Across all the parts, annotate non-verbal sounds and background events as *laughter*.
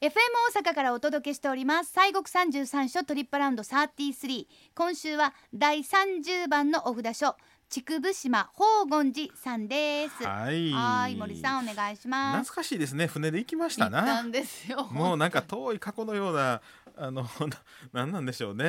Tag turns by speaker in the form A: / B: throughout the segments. A: FM 大阪からお届けしております西国三十三所トリップアラウンド33今週は第30番のお札所筑部島宝厳寺さんですは
B: はい。
A: い森さんお願いします
B: 懐かしいですね。船で行きました
A: 行った
B: な。
A: んですよ
B: もうなんか遠い過去のような、あの、 *laughs* ななんなんでしょうね。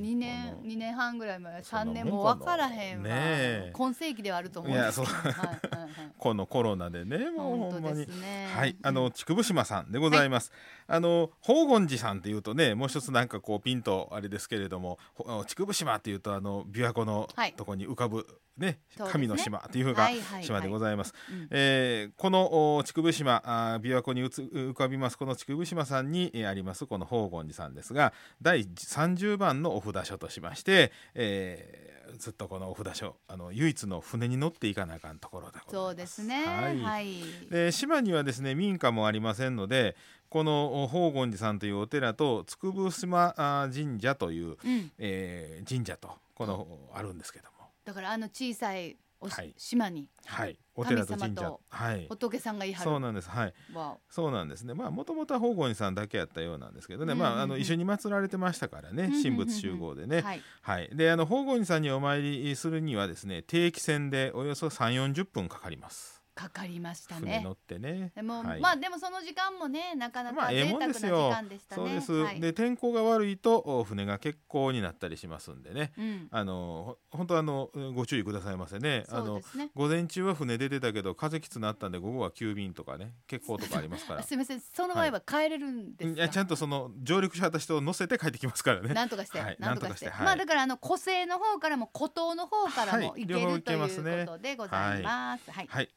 A: 2年
B: この
A: 二年半ぐらい前
B: そんな
A: 3
B: もんかな
A: 年も分からへんわ、
B: ねえ
A: 今世紀ではあると思うんですけど
B: いや
A: はいはいはい
B: このコロナでね、もうほ
A: 本
B: んま
A: 当
B: に
A: で。すね
B: はい、あの筑部島さんでございます。あの宝厳寺さんっていうとね、もう一つなんかこうピンとあれですけれども、ほあの筑部島っていうとあの琵琶湖の
A: はい
B: とこに浮かぶね、
A: そうですね
B: 神の島っていう風
A: は
B: が
A: いはいはい
B: 島でございます。
A: うん
B: えーこのお筑部島あー琵琶湖にうつ浮かびますこの筑部島さんに、えーありますこの宝厳寺さんですが第30番のお札所としまして、えーずっとこのお札所あの唯一の船に乗っていかなあかんところだ
A: そうですねは、
B: はいい
A: はい、
B: で島にはですね民家もありませんのでこのお宝厳寺さんというお寺と筑部島あー神社という、
A: うん、
B: えー神社とこのあるんですけども
A: だからあの小さいおし、
B: はい
A: 島に
B: はいお寺と
A: 神
B: 神
A: 様
B: 社
A: と
B: はい
A: 仏さんがいはる
B: そうなんですはい
A: わ
B: そうなんですねまあもともとは宝厳寺さんだけやったようなんですけどね、
A: うん
B: まああの一緒に祀られてましたからね、
A: んうんうん
B: 神仏集合でね、
A: お
B: はい
A: はい、
B: であの宝厳寺さんにお参りするにはですね定期船でおよそ3 4 0分かかります
A: かかりました
B: 船
A: ね
B: 乗ってね
A: でも、
B: はい
A: まあでもその時間もねなかな
B: ま
A: か
B: あええ
A: 贅
B: もん
A: 沢な
B: で
A: 時
B: すよ
A: 間でしたね、
B: そうです、
A: はい、
B: で天候が悪いとお船が欠航になったりしますんでね
A: うん、
B: あのほ本当あのご注意くださいませねあ
A: そう
B: の
A: ですね
B: 午前中は船出てたけど風きつなったんで午後は急便とかね欠航とかありますか
A: あ
B: ら
A: すみません *laughs* その場合は帰れるんです
B: い
A: か、
B: やちゃんとその上陸した人を乗せて帰ってきますからね
A: なんとかして、
B: はい
A: なんとかして
B: なんとかしてはい
A: まあだからあの個性の方からも孤島の方からも
B: はい
A: 行ける、
B: 両方行
A: とい
B: けますね
A: うことでございます。はい。
B: はい。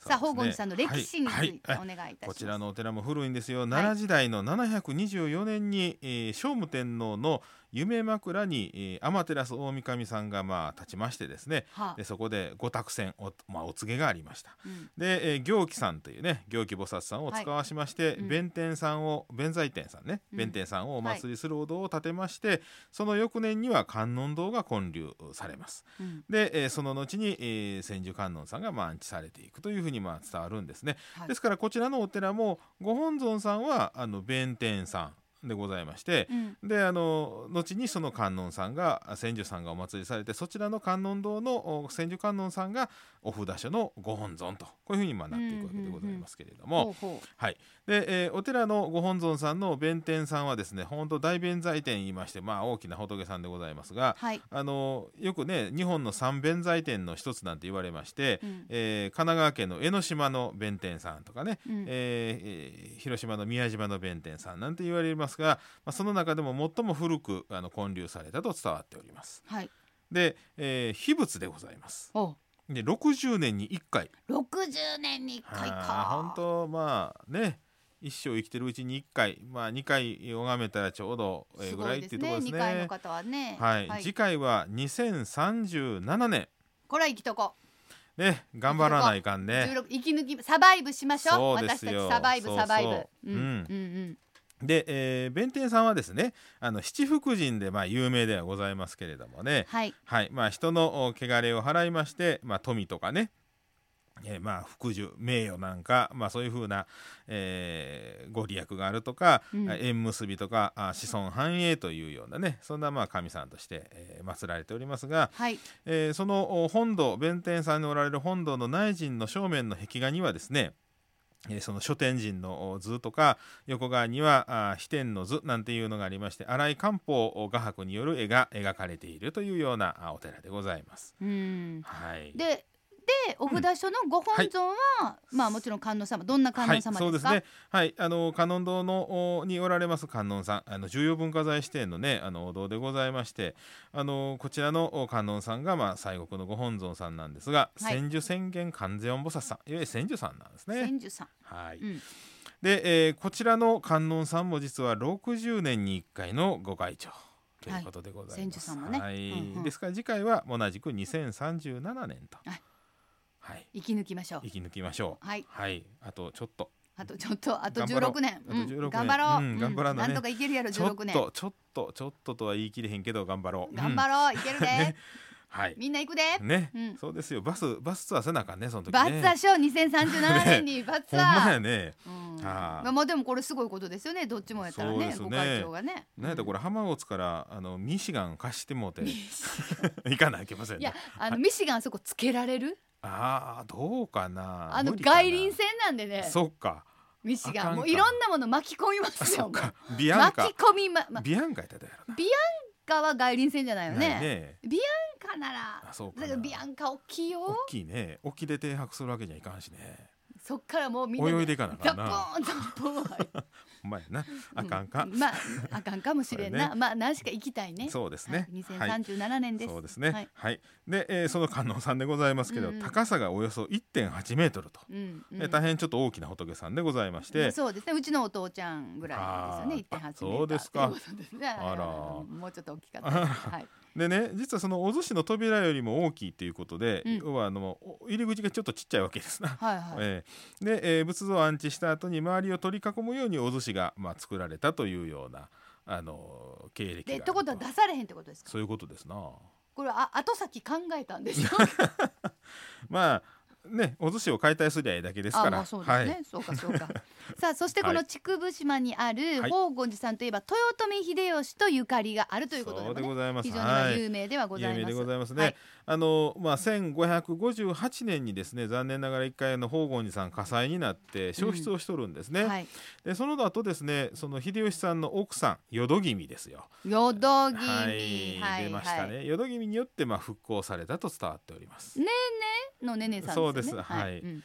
A: さあ宝厳寺さんの歴史につ
B: はい
A: て
B: は
A: お
B: いはい
A: 願いいたします。
B: こちらのお寺も古いんですよ。奈良時代の724年に、えー聖武天皇の夢枕に、えー天照大神さんがまあ立ちましてですね。
A: はあ
B: でそこで御託船おまあお告げがありました。
A: うん
B: で、えー行基さんというね行基菩薩さんを使わしまして、
A: うん
B: 弁天さんを弁財天さんね、
A: うん
B: 弁天さんをお祭りするお堂を建てまして、その翌年には観音堂が建立されます。
A: うん
B: で、えーその後に、えー千手観音さんがまあ安置されていくというふうにまあ伝わるんですね、
A: はい
B: ですからこちらのお寺もご本尊さんはあの弁天さんでございまして
A: う、ん
B: であの後にその観音さんがあ千手さんがお祭りされてそちらの観音堂のお千手観音さんがお札所のご本尊とこういうふうにまあなっていくわけでございますけれども、
A: ほうほう
B: はい、で、えーお寺のご本尊さんの弁天さんはですね本当大弁財天言いましてまあ大きな仏さんでございますが、
A: はい。
B: あのよくね日本の三弁財天の一つなんて言われまして、
A: うん
B: えー神奈川県の江ノ島の弁天さんとかね、
A: うん
B: えーえー広島の宮島の弁天さんなんて言われますが、まあ、その中でも最も古くあの建立されたと伝わっております。
A: はい。
B: で、えー秘仏でございます。
A: お
B: で60年に1回
A: 六十年に一回
B: あー
A: か
B: 本。当まあね一生生きてるうちに1回、まあ、2回拝めたらちょうど、えー
A: す
B: ぐ
A: ご
B: ら
A: い
B: いっ
A: で
B: てい
A: す
B: うとこ
A: ね。
B: ろです
A: 二
B: ね。
A: 回の方はね。
B: はい、次回は2037年
A: これは生きとこ。
B: ね頑張らないかん
A: 十
B: ね
A: 六息抜きサバイブしましょう。
B: そうで
A: 私
B: す
A: た
B: よ
A: ちサバイブ
B: そうそ
A: サ
B: う
A: バイブ。うん
B: う
A: うん
B: ん
A: うん。
B: で、えー弁天さんはですねあの七福神でまあ有名ではございますけれどもね
A: はい。
B: はいまあ人のお汚れを払いまして、まあ、富とかねえーまあ福寿名誉なんか、まあ、そういうふうな、えーご利益があるとか、
A: うん
B: 縁結びとかあ子孫繁栄というようなねそんなまあ神さんとして、えー祀られておりますが、
A: はい。
B: えーそのお本堂弁天さんにおられる本堂の内陣の正面の壁画にはですねえーその書天神のお図とか横側にはあー飛天の図なんていうのがありまして荒井官報画伯による絵が描かれているというようなあお寺でございます。
A: うん。
B: はい、
A: で。で、お札所のご本尊は、まあもちろん観音様、どんな観音様ですか。
B: はい、そうですね。はい、あの観音堂のおにおられます観音さん、あの重要文化財指定のね、あのお堂でございまして、あのこちらのお観音さんがまあ西国のご本尊さんなんですが、
A: はい
B: 千手宣言観世音菩薩さん、いわゆる千手さんなんですね。
A: 千住さん。
B: はい。
A: うん
B: で、えーこちらの観音さんも実は60年に1回のご開帳。ということでござい
A: 千
B: ま
A: 手
B: す。
A: さんもね
B: はい
A: うんうん
B: ですから次回は同じく2037年と。
A: はい
B: はい。
A: 息抜きましょう。
B: 息抜きましょう。
A: はい
B: あとちょっと。
A: あとちょっと、あと
B: 頑張ろう
A: 16年。
B: あと16年
A: 頑張ろう。
B: うん頑張らなね
A: なんとかいけるやろ、
B: ちょ
A: 16
B: っ
A: 年。
B: とちょっとちょっととは言い切れへんけど頑張ろう。
A: 頑張
B: ろ
A: ろう、いけるで。
B: *laughs* ねはい
A: みんな行くで、
B: ね、
A: うん
B: そうですよバスバスツアーせなあかんねその時ね
A: バッツァー賞2037年にバッツ
B: ほ
A: ァ
B: んま
A: ー、
B: やね
A: うん
B: あー
A: まあまあでもこれすごいことですよねどっちもやったら
B: そう
A: ね
B: ですね
A: ご会長がね
B: なんやったらこれ浜松からあのミシガン貸してもうて行かないけません
A: いや
B: ね
A: あのミシガンあそこつけられる
B: ああどうかな
A: あの
B: 無理かな
A: 外輪船なんでね
B: そっか
A: ミシ
B: あ
A: ガ
B: か
A: ン
B: んか
A: もういろんなもの巻き込みま
B: あ
A: す
B: そ
A: よ
B: っ
A: も
B: かビ
A: う
B: アン
A: 巻
B: カ
A: き込みま、ま、
B: ビアンカやったらどうやろ
A: かは外輪船じゃないよ
B: な
A: ね
B: ないね
A: かなら
B: あそうか
A: だ
B: な
A: からビアンカ大きいよ
B: 大きいね沖で停泊するわけにはいかんしね
A: そっからもうみんな
B: 泳いでいかなあか
A: ザ
B: ん
A: ポ
B: な
A: ーンザポーン入って
B: ほんまやな *laughs* あかんか、
A: うまああかんかもしれんな、
B: これ
A: まあ何しか行きたいね
B: そうですね
A: はい、
B: はい
A: 2037年です、
B: そうですね
A: は
B: はいい、で、えーその観音さんでございますけど、
A: うんうん
B: 高さがおよそ1.8メートルと、
A: うんうん
B: えー大変ちょっと大きな仏さんでございまして、
A: そうですねうちのお父ちゃんぐらいですよね1.8
B: あー
A: メーター
B: そうですか
A: ということですね *laughs*
B: あら
A: もうちょっと大きか
B: *laughs*
A: ったですはい
B: でね実はそのお寿司の扉よりも大きいということで、
A: うん
B: 要はあのお入り口がちょっとちっちゃいわけですな。
A: はいはい、
B: *laughs* えーで、えー仏像を安置した後に周りを取り囲むようにお寿司が、まあ、作られたというような、あのー経歴があ
A: で
B: る
A: ってことは出されへんってことですか
B: そういうことですな。
A: これあ後先考えたんでしょ
B: まあねお寿司を解体すりゃええだけですか
A: あ
B: ら
A: まあそうですね、
B: はい、
A: そうかそう
B: *laughs*
A: かさあそしてこ
B: は
A: の
B: い
A: 竹生島にある
B: はい
A: 宝厳寺さんといえば豊臣秀吉とゆかりがあるということで,、
B: そ
A: ね、
B: うでございます
A: 非常にまあ
B: はい
A: 有名ではござい
B: 有名
A: ま、
B: ですございますね。
A: はい
B: あのまあ1558年にですね残念ながら一回あの宝厳寺さん火災になって焼失をしとるんですね。
A: はい
B: でその後ですねその秀吉さんの奥さん淀君ですよ。
A: よどぎみ、
B: はい、出ましたね。淀君によってまあ復興されたと伝わっております。
A: のねねさんですね。
B: そうですはい
A: うん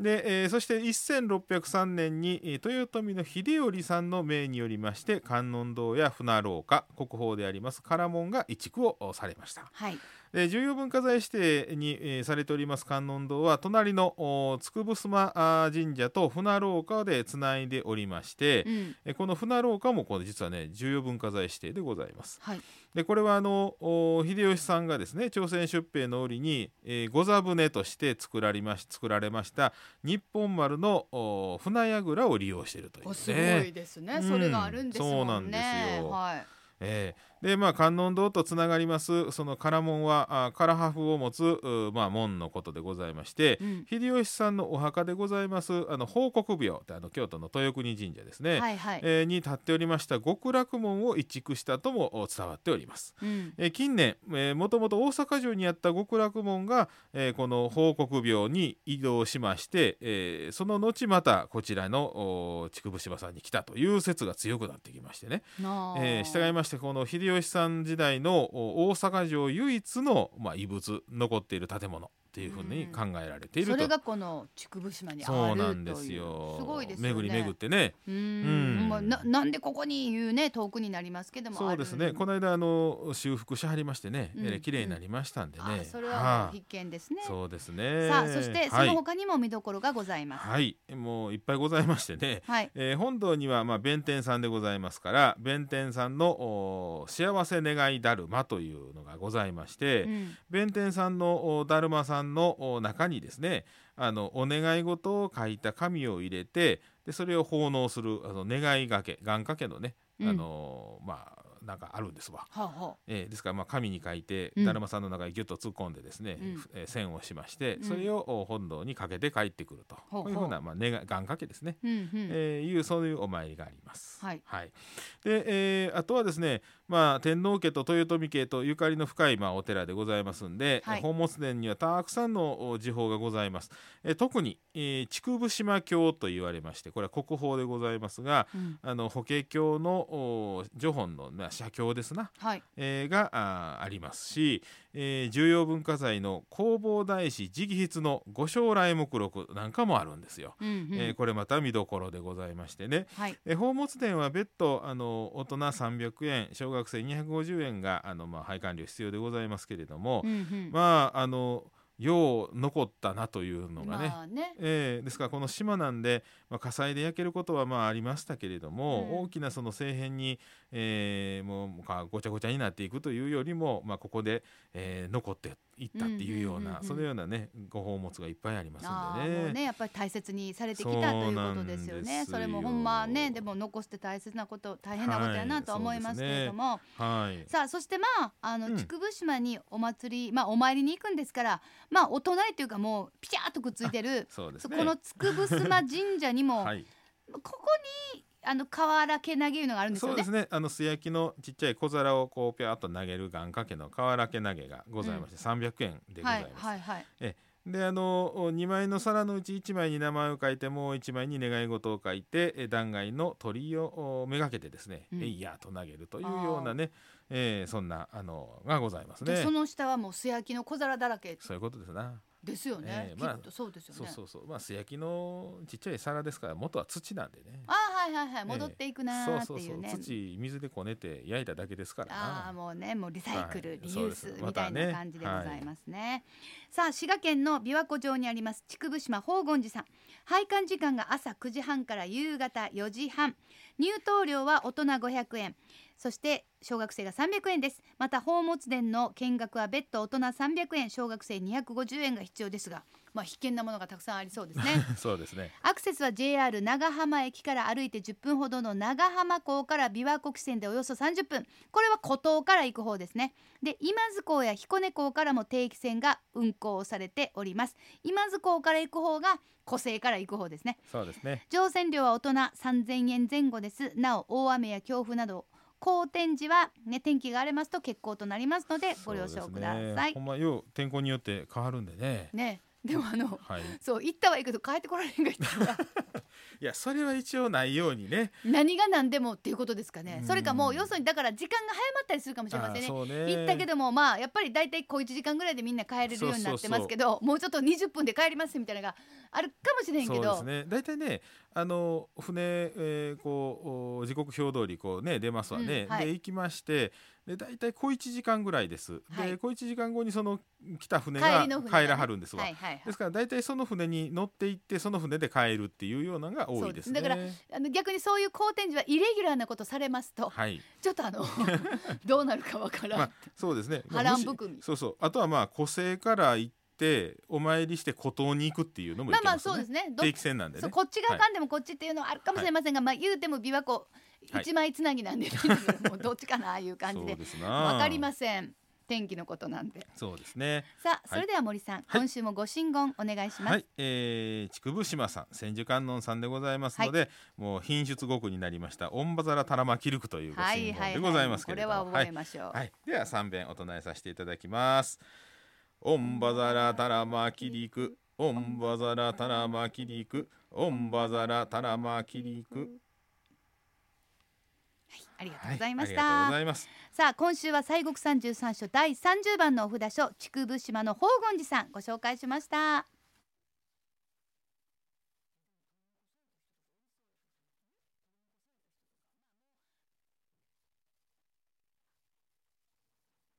B: で、えーそして1603年にえー豊臣の秀頼さんの命によりまして観音堂や船廊下国宝であります唐門が移築をおされました。
A: はい。
B: で重要文化財指定に、えーされております観音堂は隣のおつくぶすまあ神社と船廊下でつないでおりまして、
A: うん。
B: えこの船廊下もこれ実はね重要文化財指定でございます。
A: はい。
B: でこれはあのお秀吉さんがですね朝鮮出兵の折に、えー、御座船として作られまし作られました日本丸のお船櫓を利用しているという、ね。
A: おすごいですね。
B: うん
A: それがあるんですもんね。
B: そうなんですよ
A: はい。
B: ええでまあ観音堂とつながりますその唐門はあ唐破風を持つうまあ、門のことでございまして、
A: うん
B: 秀吉さんのお墓でございますあの報国廟ってあの京都の豊国神社ですね、
A: はいはい。
B: えーに立っておりました極楽門を移築したともお伝わっております。
A: うん。
B: えー近年、えー、もともと大阪城にあった極楽門が、えーこの報国廟に移動しまして、えーその後またこちらのお筑部島さんに来たという説が強くなってきましてね
A: なあ
B: えー、従いましてこの秀吉さん時代のお大阪城唯一の、まあ、遺物残っている建物っていうふうに考えられてい
A: そ
B: ると、
A: れがこの竹生島にあるという。
B: そうなんですよ
A: すごいですよね。
B: 巡り巡ってね
A: う
B: うん
A: ん。まあななんでここにいうね遠くになりますけども。
B: そうですね
A: の
B: この間あの修復しはりましてね、
A: うん
B: えー綺麗になりましたんでね、
A: あ、それ
B: は
A: は
B: あ
A: 必見ですね。
B: そうですね
A: さあそしてそ
B: はい
A: の他にも見どころがございます。
B: はい、もういっぱいございましてね、 *laughs*
A: はい。
B: えー本堂にはまあ弁天さんでございますから弁天さんのお幸せ願いだるまというのがございまして、
A: うん
B: 弁天さんのおだるまさんのお中にですねあのお願い事を書いた紙を入れてでそれを奉納するあの願いがけ願掛けのね、
A: うん
B: あのまあなんかあるんですわ。
A: はあは
B: えーですからまあ紙に書いて、
A: うん
B: だるまさんの中にギュッと突っ込んでですね、
A: うん
B: ふえー線をしまして、
A: うん
B: それをお本堂にかけて帰ってくると、
A: ほうほう
B: こういうふうな、まあ、願願掛けですね、
A: あ。うんうん。
B: えーいうそういうお参りがあります。
A: はい
B: で、えーあとはですね、まあ、天皇家と豊臣家とゆかりの深い、まあ、お寺でございますんで、
A: はい
B: 宝物殿にはたくさんのお寺宝がございます。えー特に、えー、筑部島教と言われましてこれは国宝でございますが
A: うん
B: あの法華経のお序本の、まあ、写経ですな。
A: はい。
B: えーがあーありますし、えー重要文化財の弘法大師直筆の御将来目録なんかもあるんですよ。
A: うんうん。
B: えーこれまた見どころでございましてね、
A: はい。
B: えー宝物殿は別途あの大人300円小学生250円があの、まあ、配管料必要でございますけれども、
A: うんうん。
B: まああのよう残ったなというのがね、
A: まあね。
B: えーですからこの島なんで、まあ、火災で焼けることはまあありましたけれども、
A: うん
B: 大きなその政変に、えーもうかごちゃごちゃになっていくというよりも、まあ、ここで、えー残って行ったっていうよう
A: うんうんうん
B: な
A: うん
B: そのようなねご宝物がいっぱいあります
A: あ
B: ん
A: あ
B: で
A: もう
B: ね。
A: ねやっぱり大切にされてき
B: そう
A: たということですよ
B: なんです
A: ね
B: よ
A: それもほんまねでも残して大切なこと大変なことやなとは思
B: はいい
A: ますけ
B: そうですね
A: れども、
B: はい
A: さあそしてまああの、
B: うん
A: 竹生島にお祭りまあお参りに行くんですからまあお隣というかもうピチャーっとくっついてる、
B: そうです
A: そ
B: ね。
A: この竹生島神社にも、
B: *laughs* はい、
A: ここにあの瓦けなげいうのがあるんです
B: そ
A: よ
B: うで
A: ね。
B: すねあの素焼きのちっちゃい小皿をこうぴゃーっと投げる願掛けの瓦け投げがございまして、300円でござ
A: はいい
B: ます。
A: はいはい。
B: であの2枚の皿のうち1枚に名前を書いてもう1枚に願い事を書いてえ断崖の鳥居をおめがけてですね「
A: うん
B: えいや」と投げるというようなね、えーそんなあのがございます
A: で
B: ね
A: そ。の下はもう素焼きの小皿だらけ
B: そういうことですな。
A: ですよね。
B: ええまあ
A: きっとそうですよね。
B: そうそうそうまあ素焼きのちっちゃい皿ですから元は土なんでね。
A: あはいはいはい戻っていくなーって
B: そうそう
A: い
B: そうう
A: ね。
B: 土水でこねて焼いただけですから
A: ああ
B: な。
A: もうねもうリサイクル、
B: はい
A: リ
B: そ
A: ユ
B: う
A: ー
B: です
A: スみ
B: ま
A: た
B: た
A: い
B: ね
A: な感じでございますね,、さあ滋賀県の琵琶湖町にあります竹生島宝厳寺さん拝観時間が朝9時半から夕方4時半入湯料は大人500円そして小学生が300円ですまた宝物殿の見学は別途大人300円小学生250円が必要ですがまあ必見なものがたくさんありそうですね
B: *laughs* そうですね。
A: アクセスは JR 長浜駅から歩いて10分ほどの長浜港から琵琶湖汽船でおよそ30分これは古島から行く方ですねで今津港や彦根港からも定期船が運航されております今津港から行く方が湖西から行く方ですね
B: そうですね。
A: 乗船料は大人3000円前後ですなお大雨や強風など荒天時は、ね、天気が荒れますと欠航となりますのでご了承くだ
B: そうです
A: さ
B: ね
A: い
B: ほんまよう天候によって変わるんでね。
A: ねでもあの
B: はい。
A: そう行ったはいいけど帰ってこられへんがいったら
B: いやそれは一応ないようにね。
A: 何が何でもっていうことですかね、
B: うん
A: それかもう要するにだから時間が早まったりするかもしれません
B: あー
A: ね
B: そうね
A: 行ったけどもまあやっぱり大体こう1時間ぐらいでみんな帰れるようになってますけどもうちょっと20分で帰りますみたいなのがあるかもしれへんけ
B: そうで
A: ど
B: すね大体ねあの船、えーこうお時刻表通りこうね出ますわね、
A: うんはい
B: で行きましてで大体小1時間ぐらいです、
A: はい
B: で小1時間後にその来た船
A: 帰
B: が
A: りの船がね
B: 帰らはるんですわ、
A: はいはいは
B: で
A: い
B: すから大体その船に乗って行ってその船で帰るっていうようなのが多いです
A: そ
B: ね
A: うですだからあの逆にそういう好天時はイレギュラーなことされますと
B: はい
A: ちょっと
B: *laughs*
A: あのどうなるかわからん、
B: まあそうですね
A: 波乱含み
B: まあしそうそうあとはまあ湖西から行ってお参りして孤島に行くっていうのもい
A: まあ
B: け
A: ま
B: ま
A: あ
B: す
A: そうで
B: ね
A: すねどっ
B: 定期船なんで
A: そう
B: ね
A: こっちがあかんでもこっちっていうのはあるかもしれませんが、まあ言うても琵琶湖
B: はい
A: 一枚つなぎなんで、もうどっちかなああいう感じ
B: そう
A: で
B: ですな
A: わかりますせん天気のことなんで
B: そうですね
A: さあ
B: い
A: それでは森さん、今週もご神言お願いします、
B: はい、えー、筑部島さん千手観音さんでございますので、もう品種語句になりましたオンバザラタラマキルクというご神言でございますけれども、
A: これは覚えましょう、
B: はい、では三遍お唱えさせていただきます。オンバザラタラマキリク、オンバザラタラマキリク、オンバザラタラマキリク。
A: ありがとう
B: は
A: ございまし
B: ありがとうご
A: た、
B: ざいます。
A: さあ今週は西国三十三所第三十番のお札所竹生島の宝厳寺さんご紹介しました